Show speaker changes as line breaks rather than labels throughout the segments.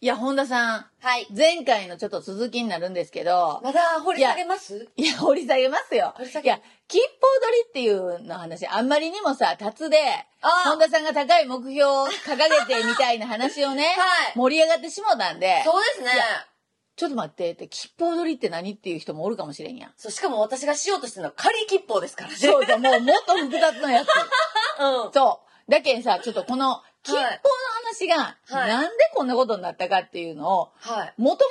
いや、本田さん、
はい。
前回のちょっと続きになるんですけど、
まだ掘り下げます
いや、掘り下げますよ。
掘り下
い
げ
や、吉報取りっていうの話、あんまりにもさ、達で、
あー
本田さんが高い目標を掲げてみたいな話をね、
はい
盛り上がってしもうたんで、
そうですね
いや。ちょっと待ってって、吉報取りって何っていう人もおるかもしれんやん。
そう、しかも私がしようとしてるのは仮切符ですからね。
そうそう、もうもっと複雑な やつ。
うん。
そう。だけんさ、ちょっとこの、吉報の話が、
はい
なんでこんなことになったかっていうのを、
はい。
もと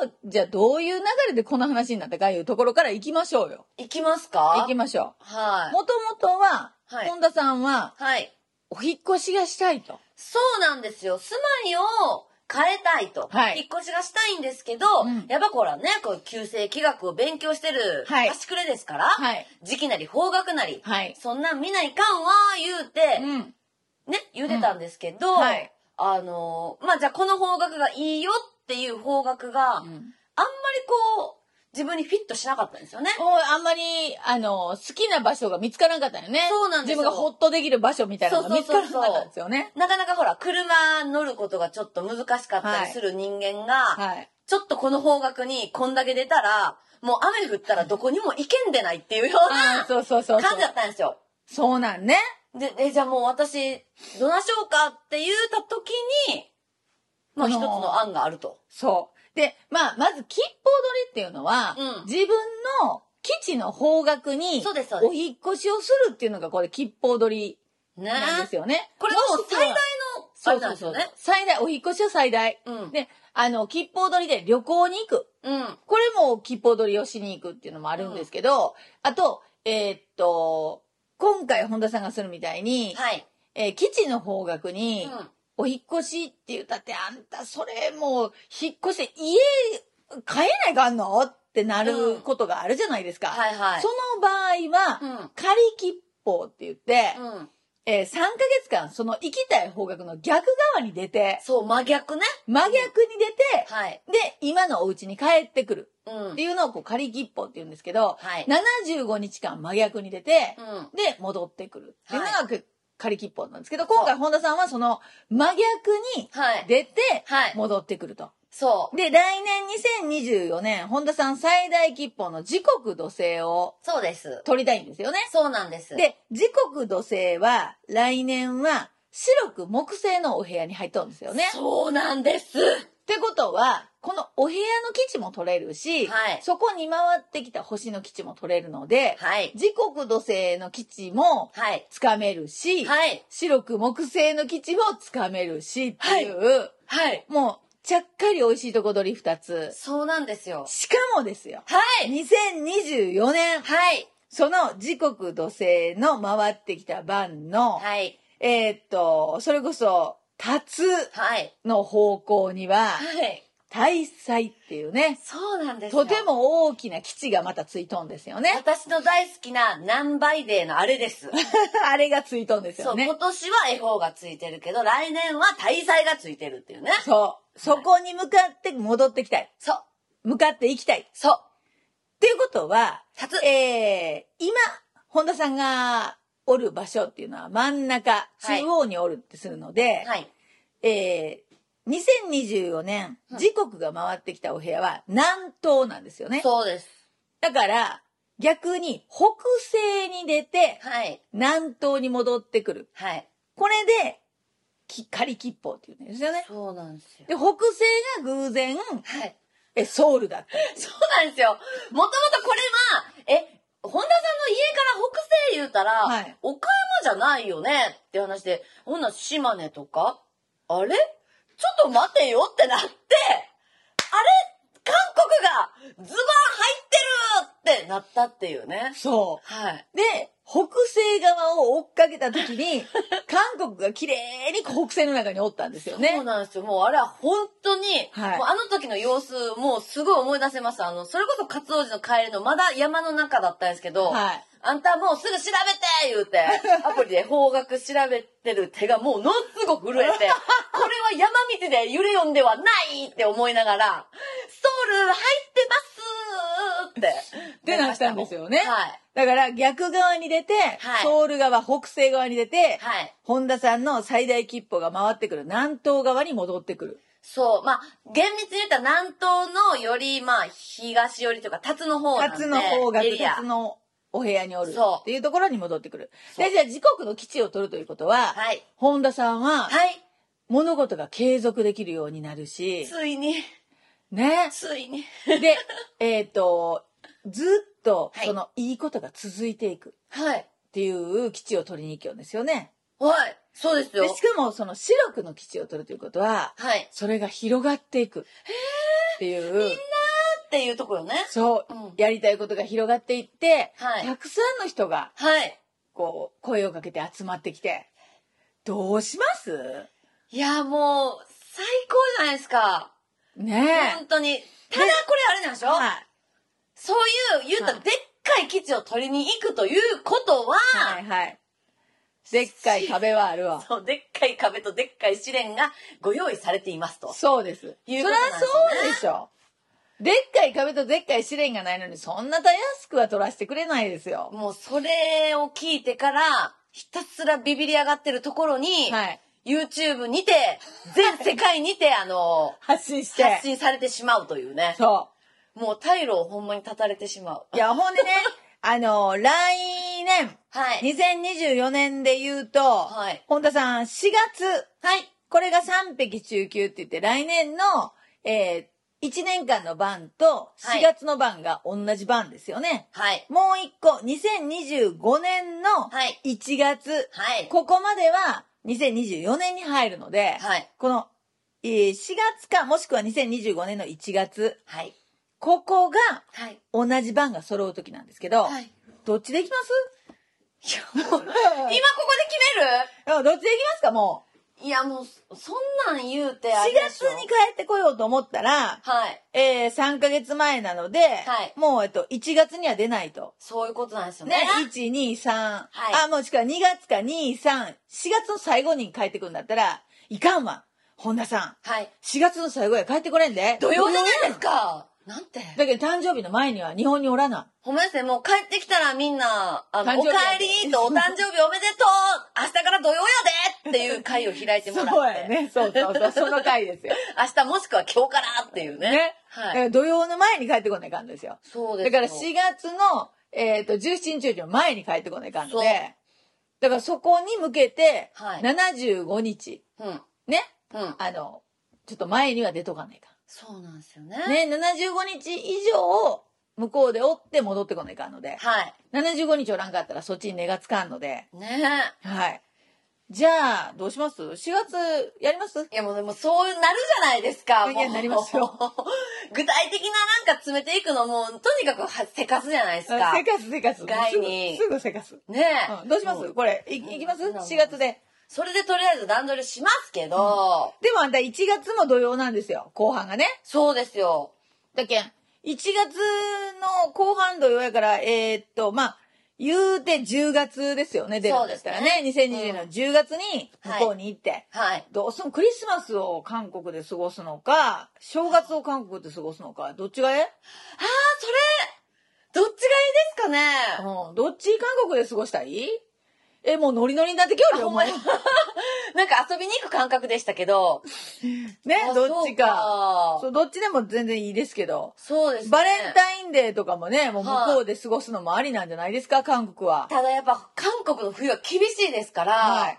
もと、じゃあどういう流れでこの話になったかいうところから行きましょうよ。
行きますか
行きましょ
は
う。もともとは、
はい。、
本田さんはい
はい。
お引っ越しがしたいと。
そうなんですよ。住まいを変えたいと。
はい
引っ越しがしたいんですけど、
うん
やっぱこらね、こう、旧正気学を勉強してる、
はい
端くれですから、
はい。
時期なり方角なり、
はい。
そんなん見ないかんわ、言う
う
て、
ん。
ね、言うてたんですけど、
うんはい
あのー、まあ、じゃあこの方角がいいよっていう方角が、あんまりこう、自分にフィットしなかったんですよね。
もうあんまり、あの、好きな場所が見つからなかったよね。
そうなんですよ
自分がホッとできる場所みたいなのが
そ
見
う
つか
そう
ら
そう
な
そう
かったんですよね。
なかなかほら、車乗ることがちょっと難しかったりする人間が、
はい。
ちょっとこの方角にこんだけ出たら、もう雨降ったらどこにも行けんでないっていうよう
あ
な
あ、そうそうそうそ
感
う
じ。だったんですよ。
そうなんね。
で、え、じゃあもう私、どなしようかって言った時に、まあ
あ
一
の
つ
ー
の案があると。
そう。で、まあ、まず、吉報取りっていうのは、
うん
自分の基地の方角に
そうですそう、です
お引っ越しをするっていうのが、これ、吉報取り
ね
なんですよね。
これがもう
しくは
最大の、あ
そ
れ
う
なん
そ
で
う
すよ
そう
ね。。
最大、お引っ越しは最大。
うん。
で、あの、吉報取りで旅行に行く。
うん。
これも吉報取りをしに行くっていうのもあるんですけど、あと、えーっと、今回本田さんがするみたいに、
はい。
えー基地の方角に、
うん
お引っ越しって言ったって、あんたそれもう、引っ越して家買えないかんのってなることがあるじゃないですか。
はいはい。
その場合は、
うん。
仮切符って言って、
うん。
えー3ヶ月間、その行きたい方角の逆側に出て、
そう、真逆ね。
真逆に出て、
はい。
で、今のお家に帰ってくる
う
っ
ん
て。いうのをこう仮切符って言うんですけど、
はい。
75日間真逆に出て
う、ん。
で、戻ってくるっていうの
は
がく仮切符なんですけど、今回本田さんはその真逆に
はい。
出て、
はい。
戻ってくると。
そう。
で、来年2024年、本田さん最大吉報の時刻土星を
そうです。
取りたいんですよね。
そうなんです。
で、時刻土星は、来年は、白く木製のお部屋に入っとるんですよね。っ
そうなんです。
てことは、このお部屋の基地も取れるし、
はい
そこに回ってきた星の基地も取れるので、
はい。
時刻土星の基地も
はい。
つかめるし、
はい。
白く木製の基地もつかめるしっていう、
はい。
もう、ちゃっかり美味しいとこ取り2つ。
そうなんですよ。
しかもですよ。
はい。
2024年、
はい。
その時刻土星の回ってきた番の、
はい。
えーっと、それこそ、タツ
はい。
の方向には、
はい。
大祭っていうね、
そうなんですよ。
とて。も大きな基地がまたついとんですよね。
私の大好きな何倍デーのあれです。
あれがついとんです
そ
よ
う、
ね
今。年は恵方がついてるけど、来年は大祭がついてるっていうね。
そう。そこに向かって戻ってきたい。
そう。
向かっていきたい。
そう。
っていうことは、
たつ。
えー、今、本田さんがおる場所っていうのは真ん中、
はい
中央におるってするので、
はい。
えー、2024年、
うん
時刻が回ってきたお部屋は南東なんですよね。
そうです。
だから、逆に北西に出て、
はい。
南東に戻ってくる。
はい。
これで、き仮吉報っていうんですよね。
そうなんですよ。
で、北西が偶然、
はい。
え、ソウルだった。
そうなんですよ。もともとこれは、え、本田さんの家から北西言うたら、
はい
岡山じゃないよねって話で、ほんなら島根とか、あれちょっと待てよってなって、あれ韓国がズバン入ってるってなったっていうね。
そ
はい。
う。で、北西側を追っかけた時 に、韓国が綺麗に北西の中におったんですよ
そう
ね。
なんですよ。もうあれは本当に、
はい
もうあの時の様子、もうすごい思い出せます。あの、それこそ活動時の帰りのまだ山の中だったんですけど、
はい。
あんたもうすぐ調べて言 うて、アプリで方角調べてる手がもうのすごく震え て、これは山道で揺れ読んではないって思いながら、ソウル入ってますって。
ってなったんですよね
はい。
だから逆側に出て、
はい
ソウル側、北西側に出て、
はい。
本田さんの最大切符が回ってくる南東側に戻ってくる。
そう。まあ、厳密に言ったら南東のより、まあ、東寄りというか、辰の方なんで。
辰の方角、
エリア
辰のお部屋におる
そう
っていうところに戻ってくる。
そう
で、じゃあ時刻の基地を取るということは、
はい。
本田さんは
はい。
物事が継続できるようになるし、
ついに、
ね。
ついに。
で、 えっ、と、ずっと
はい
そのいいことが続いていくっ
はい。
ていう基地を取りに行きようんですよね。
はい。そうですよ
で、。しかもその視力の基地を取るということは、
はい。
それが広がっていくっていう、
っていうところね。
そう
う、ん。
やりたいことが広がっていって、
はい
たくさんの人が
はい。
こう声をかけて集まってきてどうします
いや、もう、最高じゃないですか。
ねえ
本当に。ただこれあれなんでしょ、
はい
そういう、言ったら
は
で
い
っかい基地を取りに行くということは、
はいはいでっかい壁はあるわ
そう、でっかい壁とでっかい試練がご用意されていますと。
そうですそり
い
ゃ
うことなんですね
そうでしょでっかい壁とでっかい試練がないのにそんなたやすくは取らせてくれないですよ
もうそれを聞いてから、ひたすらビビり上がってるところに、
はい
YouTube にて、全世界に て、あの、
発信して
発信されてしまうというね。
そ
もう退路をほんまに断たれてしまう
う。いやほんでねあの来年
はい。
2024年で言うと、
はい。
本田さん4月
はい。
これが3匹中級って言って、来年の、え1年間の番と
はい
4月の番が同じ番ですよね。
はい。
もう1個、2025年の
はい。
1月、
はい。
ここまでは2024年に入るので、
はい。
この、えー4月か、もしくは2025年の1月、
はい。
ここが
はい。
同じ番が揃う時なんですけど、
はい。
どっちでいきます
いや、もう、今ここで決める
うんどっちでいきますか、もう。
いや、もう、そんなん言うて
4
あれで
月
しょ
に帰ってこようと思ったら、
はい。
えー、3ヶ月前なので、
はい
もう、えっと、1月には出ないと。
そういうことなんですよ
ね
ね。、
1、2、3。
い
あ、もしくは2月か2、3。4月の最後に帰ってくるんだったら、いかんわ。本田さ
はい。
ん。4月の最後や帰ってこれんで。
土曜じゃ
や
ないですか。なんて。
だけど誕生日の前には日本におらな。
ほんまですね、もう帰ってきたらみんな、あ
誕
の、お
生日
帰
やで
りとお誕生日おめでとう明 日から土曜やでっていう会を開いてもらって。
ね。そうそうそう。その回ですよ。
明日もしくは今日からっていう ね。
ね。だか
はい。
ら土曜の前に帰ってこないかんですよ。
そうです
だ
よ
から4月の、えっ、と、17日よりも前に帰ってこないかんの
そう
で、だからそこに向けて、
はい
75日、
うん。
ね、
うん。
あの、ちょっと前には出とかないか
そうなんですよね。
ん。ね、75日以上、向こうでおって戻ってこないかんので、
はい。
75日おらんかったらそっちに根がつかんので、
ね
はい。じゃあ、どうします ?4 月やります
いやもうでもそうなるじゃないですか。
いやいや
もう
なりますよ。
具体的ななんか詰めていくのも、とにかくはせかすじゃないです
せ
か
か。すせかす。
外に
すぐすぐせかす。
ねえ、
うんどうしま
も
すこれ、いいきます
うん
?4 月で。
それでとりあえず段取りしますけど、
でもあんた1月も土曜なんですよ、後半がね。
そうですよ。
だけん、1月の後半土曜やから、えーっと、まあ、言うて10月ですよね、出るんだったらね。
そうですね
2020年の10月に向こうに行って。
はい。
どうすんクリスマスを韓国で過ごすのか、正月を韓国で過ごすのか、どっちがえ
どっちがいいですかね
えうん。どっち韓国で過ごしたいえ、もうノリノリになってきよるよ、
あ
お前。
ほんなんか遊びに行く感覚でしたけど。
ね
あ、
どっちか。
そう
そう、どっちでも全然いいですけど。
そうですね。
バレンタインデーとかもね、もう向
はい
こうで過ごすのもありなんじゃないですか、韓国は。
ただやっぱ韓国の冬は厳しいですから、
はい。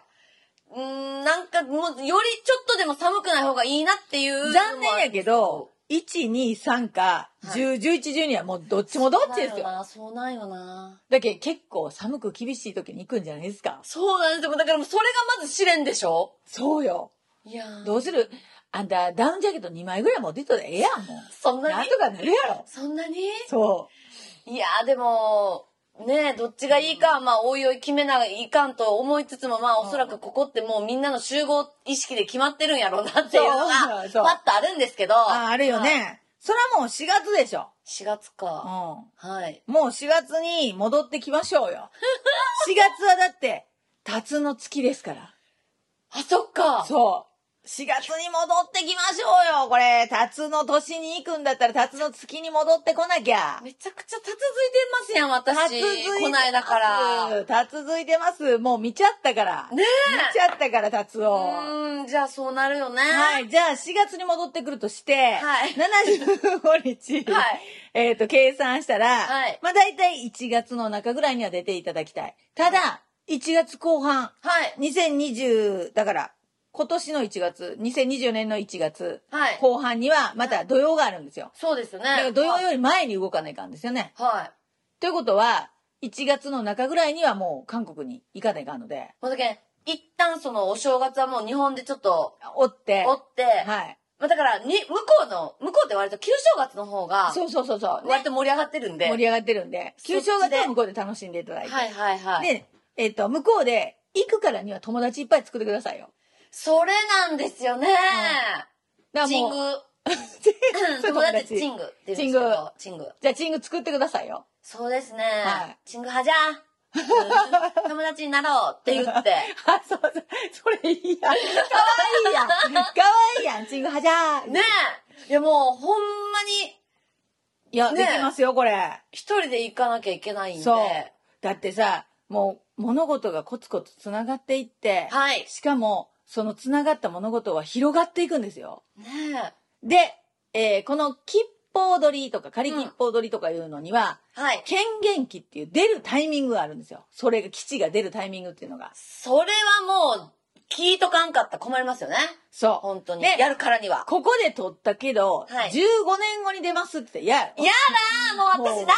うーん、なんかもうよりちょっとでも寒くない方がいいなっていう。
残念やけど、、1、2、3か、10、11、12はもうどっちもどっちですよ。
そうなんよな。
だけど結構寒く厳しい時に行くんじゃないですか。
そうなんですよ。だからもうそれがまず試練でしょ
そうよ。
いやー
どうするあんた、ダウンジャケット2枚ぐらい持ってったらええやん、もう。
そんな
な
に
んとかなるやろ。
そんなに
そ
いやーでも、ねえ、どっちがいいかは、まあ、おいおい決めないかんと思いつつも、まあ、おそらくここってもうみんなの集合意識で決まってるんやろうなっていうのが
そうそう、そう
パッとあるんですけど。
う。あ、あるよ
はい。
ね。それはもう4月でしょ。
4月
うん。
か。
も
はい。
う4月に戻ってきましょう よ。4月はだって、辰の月ですから。
あ、そっか。
そう。4月に戻ってきましょうよ。これ、辰の年に行くんだったら、辰の月に戻ってこなきゃ。
めちゃくちゃたつづいてますやん、私。こないだから。う。
辰続いてます。もう見ちゃったから。
ね
見ちゃったから、辰を。
ーん、じゃあそうなるよね。
はい。じゃあ、4月に戻ってくるとして、
はい
75日、
はい
えっ、と、計算したら、
はい
まあ、だいたい1月の中ぐらいには出ていただきたい。ただ、1月後半、
はい。
2020、だから、今年の1月、2024年の1月、
はい
後半には、また土曜があるんですよ。
そうですね
だから。土曜より前に動かないかんですよね。
はい。
ということは、1月の中ぐらいにはもう韓国に行かないかんので、
ほんとけん、一旦そのお正月はもう日本でちょっと、
おって、
おって、
はい。
まあだから、に、向こうの、向こうって割と旧正月の方が、
そうそうそうそう。ね
割と盛り上がってるんで。
盛り上がってるんで、
そっ
旧
ちで
正月は向こうで楽しんでいただいて。
はいはいはい。
で、えっ、と、向こうで行くからには友達いっぱい作ってくださいよ。
それなんですよね。
だから
チン
も
グ
う、。
うん友達チングって言うんですけど。チング。
じゃあチング作ってくださいよ。
そうですね。
はい
チング派じ ゃん。うん友達になろうって言って。
あ、そうそう。それいいやん。かわいいやん。かわいいやん。チングはじゃー。
ねえ。いやもうほんまに
いや、
ね
できますよ、これ。
一人で行かなきゃいけないんで。
そう。だってさ、もう物事がコツコツつながっていって、
はい。
しかも、そのつながった物事は広がっていくんですよ。
ねえ。
で、えーこの吉報取りとか仮吉報取りとかいうのには、
はい。
権限期っていう出るタイミングがあるんですよ。それが基地が出るタイミングっていうのが。
それはもう、聞いとかんかったら困りますよね。
そう。
本当に。
ね
やるからには。
ここで取ったけど、
はい
15年後に出ますって、いや、
やだーもう私何歳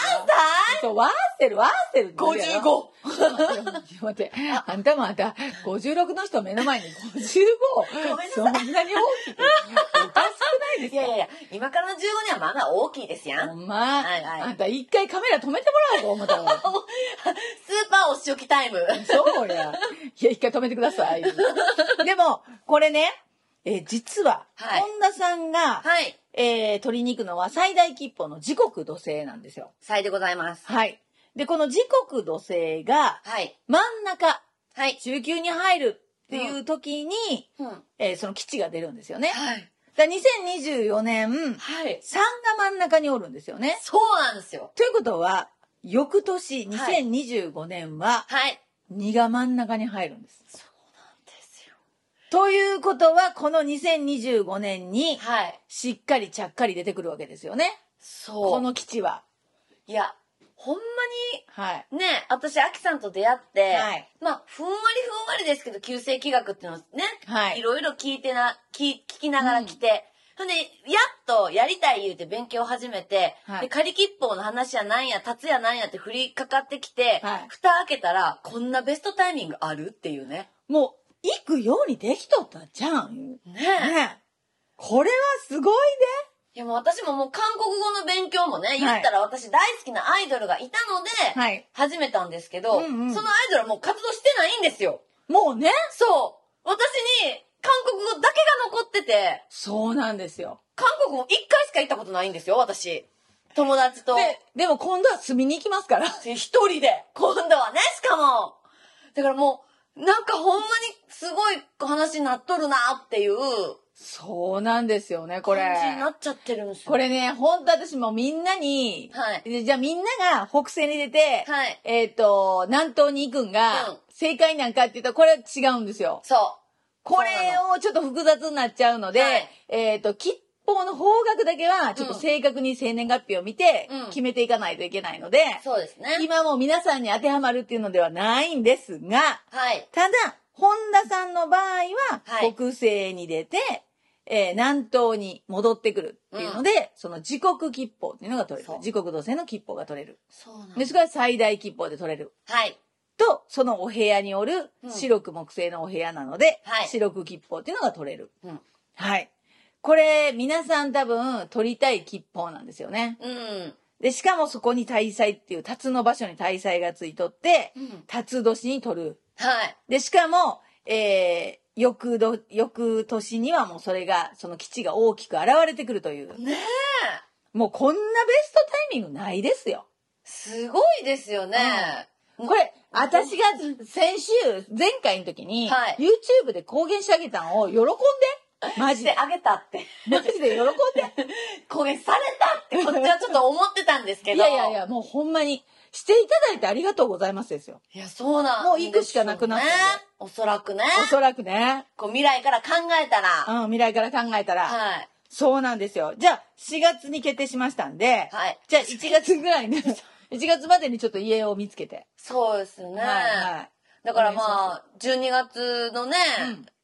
そう、ワーセル、ワーセル。ちょ
?55!
っと待ってちょっと待って。あんたもあんた、56の人目の前に55。
ごめんなさい
そんなに大きく。おかしくないです
い
か
やいやいや、今からの15年はまあまあ大きいですやん。
ほんま、
はいはい
あんた一回カメラ止めてもらおうと思ったわ。
スーパーお仕置きタイム。
そうや。いや、一回止めてください。でも、これね、えー実は、
はい
本田さんが、
はい。
えー取りに行くのは最大吉報の時刻土星なんですよ。
さいでございます。
はい。で、この時刻土星が、
はい。
真ん中、
はい。
中級に入るっていう時に、
うん。は
えーその基地が出るんですよね。
い。
だから2024年、3が
はい。
真ん中におるんですよね。
そうなんですよ。
ということは、翌年、
はい
2025年は、
はい。
2が真ん中に入るんです。
ですよ。
ということは、この2025年に、
はい。
しっかりちゃっかり出てくるわけですよね。
そう。
この基地は。
いや、ほんま
はい。
に、ね、私、アキさんと出会って、
はい
まあ、ふんわりふんわりですけど、急性気学っていうのをね、
はい
いろいろ聞いてな、聞聞きながら来て、ほんで、やっとやりたい言うて勉強を始めて、
はい
で、仮切符の話やなんや、達やなんやって振りかかってきて、
はい
蓋開けたら、こんなベストタイミングあるっていうね。
もう、行くようにできとったじゃん。
ね
ねこれはすごい
いやもう私ももう韓国語の勉強もね、言ったら私大好きなアイドルがいたので、
ね。はい。
始めたんですけど、
うんうん
そのアイドルはもう活動してないんですよ。
もうね。
そう。私に韓国語だけが残ってて、
そうなんですよ。
韓国も一回しか行ったことないんですよ、私。友達と。
で、でも今度は住みに行きますから。
一人で。今度はね、しかも。だからもう、なんかほんまにすごい話になっとるなっていう
そうなんですよね、こ
感
れ。
じになっちゃってるんですよ。
こ。れね、本当私もうみんなに、
はい。
でじゃあみんなが北西に出て、
はい。
えっ、と、南東に行くんが、
うん
正解なんかって言ったらこれは違うんですよ。
そ
これをちょっと複雑になっちゃうので、
はい
えっ、と、吉報の方角だけは、ちょっと正確に生年月日を見て
うん、
決めていかないといけないので、
う。そうですね。
今もう皆さんに当てはまるっていうのではないんですが、
はい。
ただ、本田さんの場合は
はい、
北西に出て、えー南東に戻ってくるっていうので、その時刻切符っていうのが取れる
そう。
時刻同性の切符が取れる。
そうなん
で、それから最大切符で取れる。
はい。
と、そのお部屋におる
うん
白く木製のお部屋なので、
はい
白く切符っていうのが取れる。
うん
はい。これ、皆さん多分取りたい切符なんですよね。
うん。
で、しかもそこに大祭っていう、辰の場所に大祭がついとって
う、ん。
辰年に取る。
はい。
で、しかも、えー、翌ど、翌年にはもうそれが、その基地が大きく現れてくるという。
ねえ。
もうこんなベストタイミングないですよ。
すごいですよね。
これ、私が先週、前回の時に、
はい
YouTube で公言してあげたのを喜んで、マ
し
ジ
て
で。
あげた って。
マジで喜んで。
攻撃されたって、こっちはちょっと思ってたんです け
い
ど。
やいやい。や、もうほんまに。していただいてありがとうございますですよ。
いや、そうなん
もう行くしかなくなったんで
ね。おそらくね。
おそらくね。
こう未来から考えたら。
うん、未来から考えたら。
はい。
そうなんですよ。じゃあ、4月に決定しましたんで、
はい。
じゃあ1月ぐ らいに、1月までにちょっと家を見つけて。
そうですね。
はいはい。
だからま
お願い
あ、12月のね、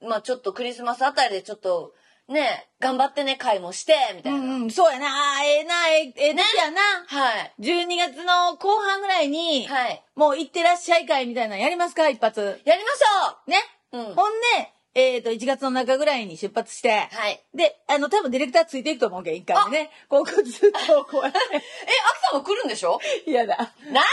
まあちょっとクリスマスあたりでちょっと、ね、頑張ってね、会もして、みた
う
いな。
んうん、そうやな、あーええな、ええ、ええ時やな。
はい。
12月の後半ぐらいに、
はい。
もう行ってらっしゃい会みたいなのやりますか、一発。
やりまし
ね。
ょううん。
ほんで、えっ、と、1月の中ぐらいに出発して、
はい。
で、あの、多分ディレクターついていくと思うけど、一回でね。こう、ずっとこうやっ
え、秋さんも来るんでしょ
て。嫌だ。
なんでよ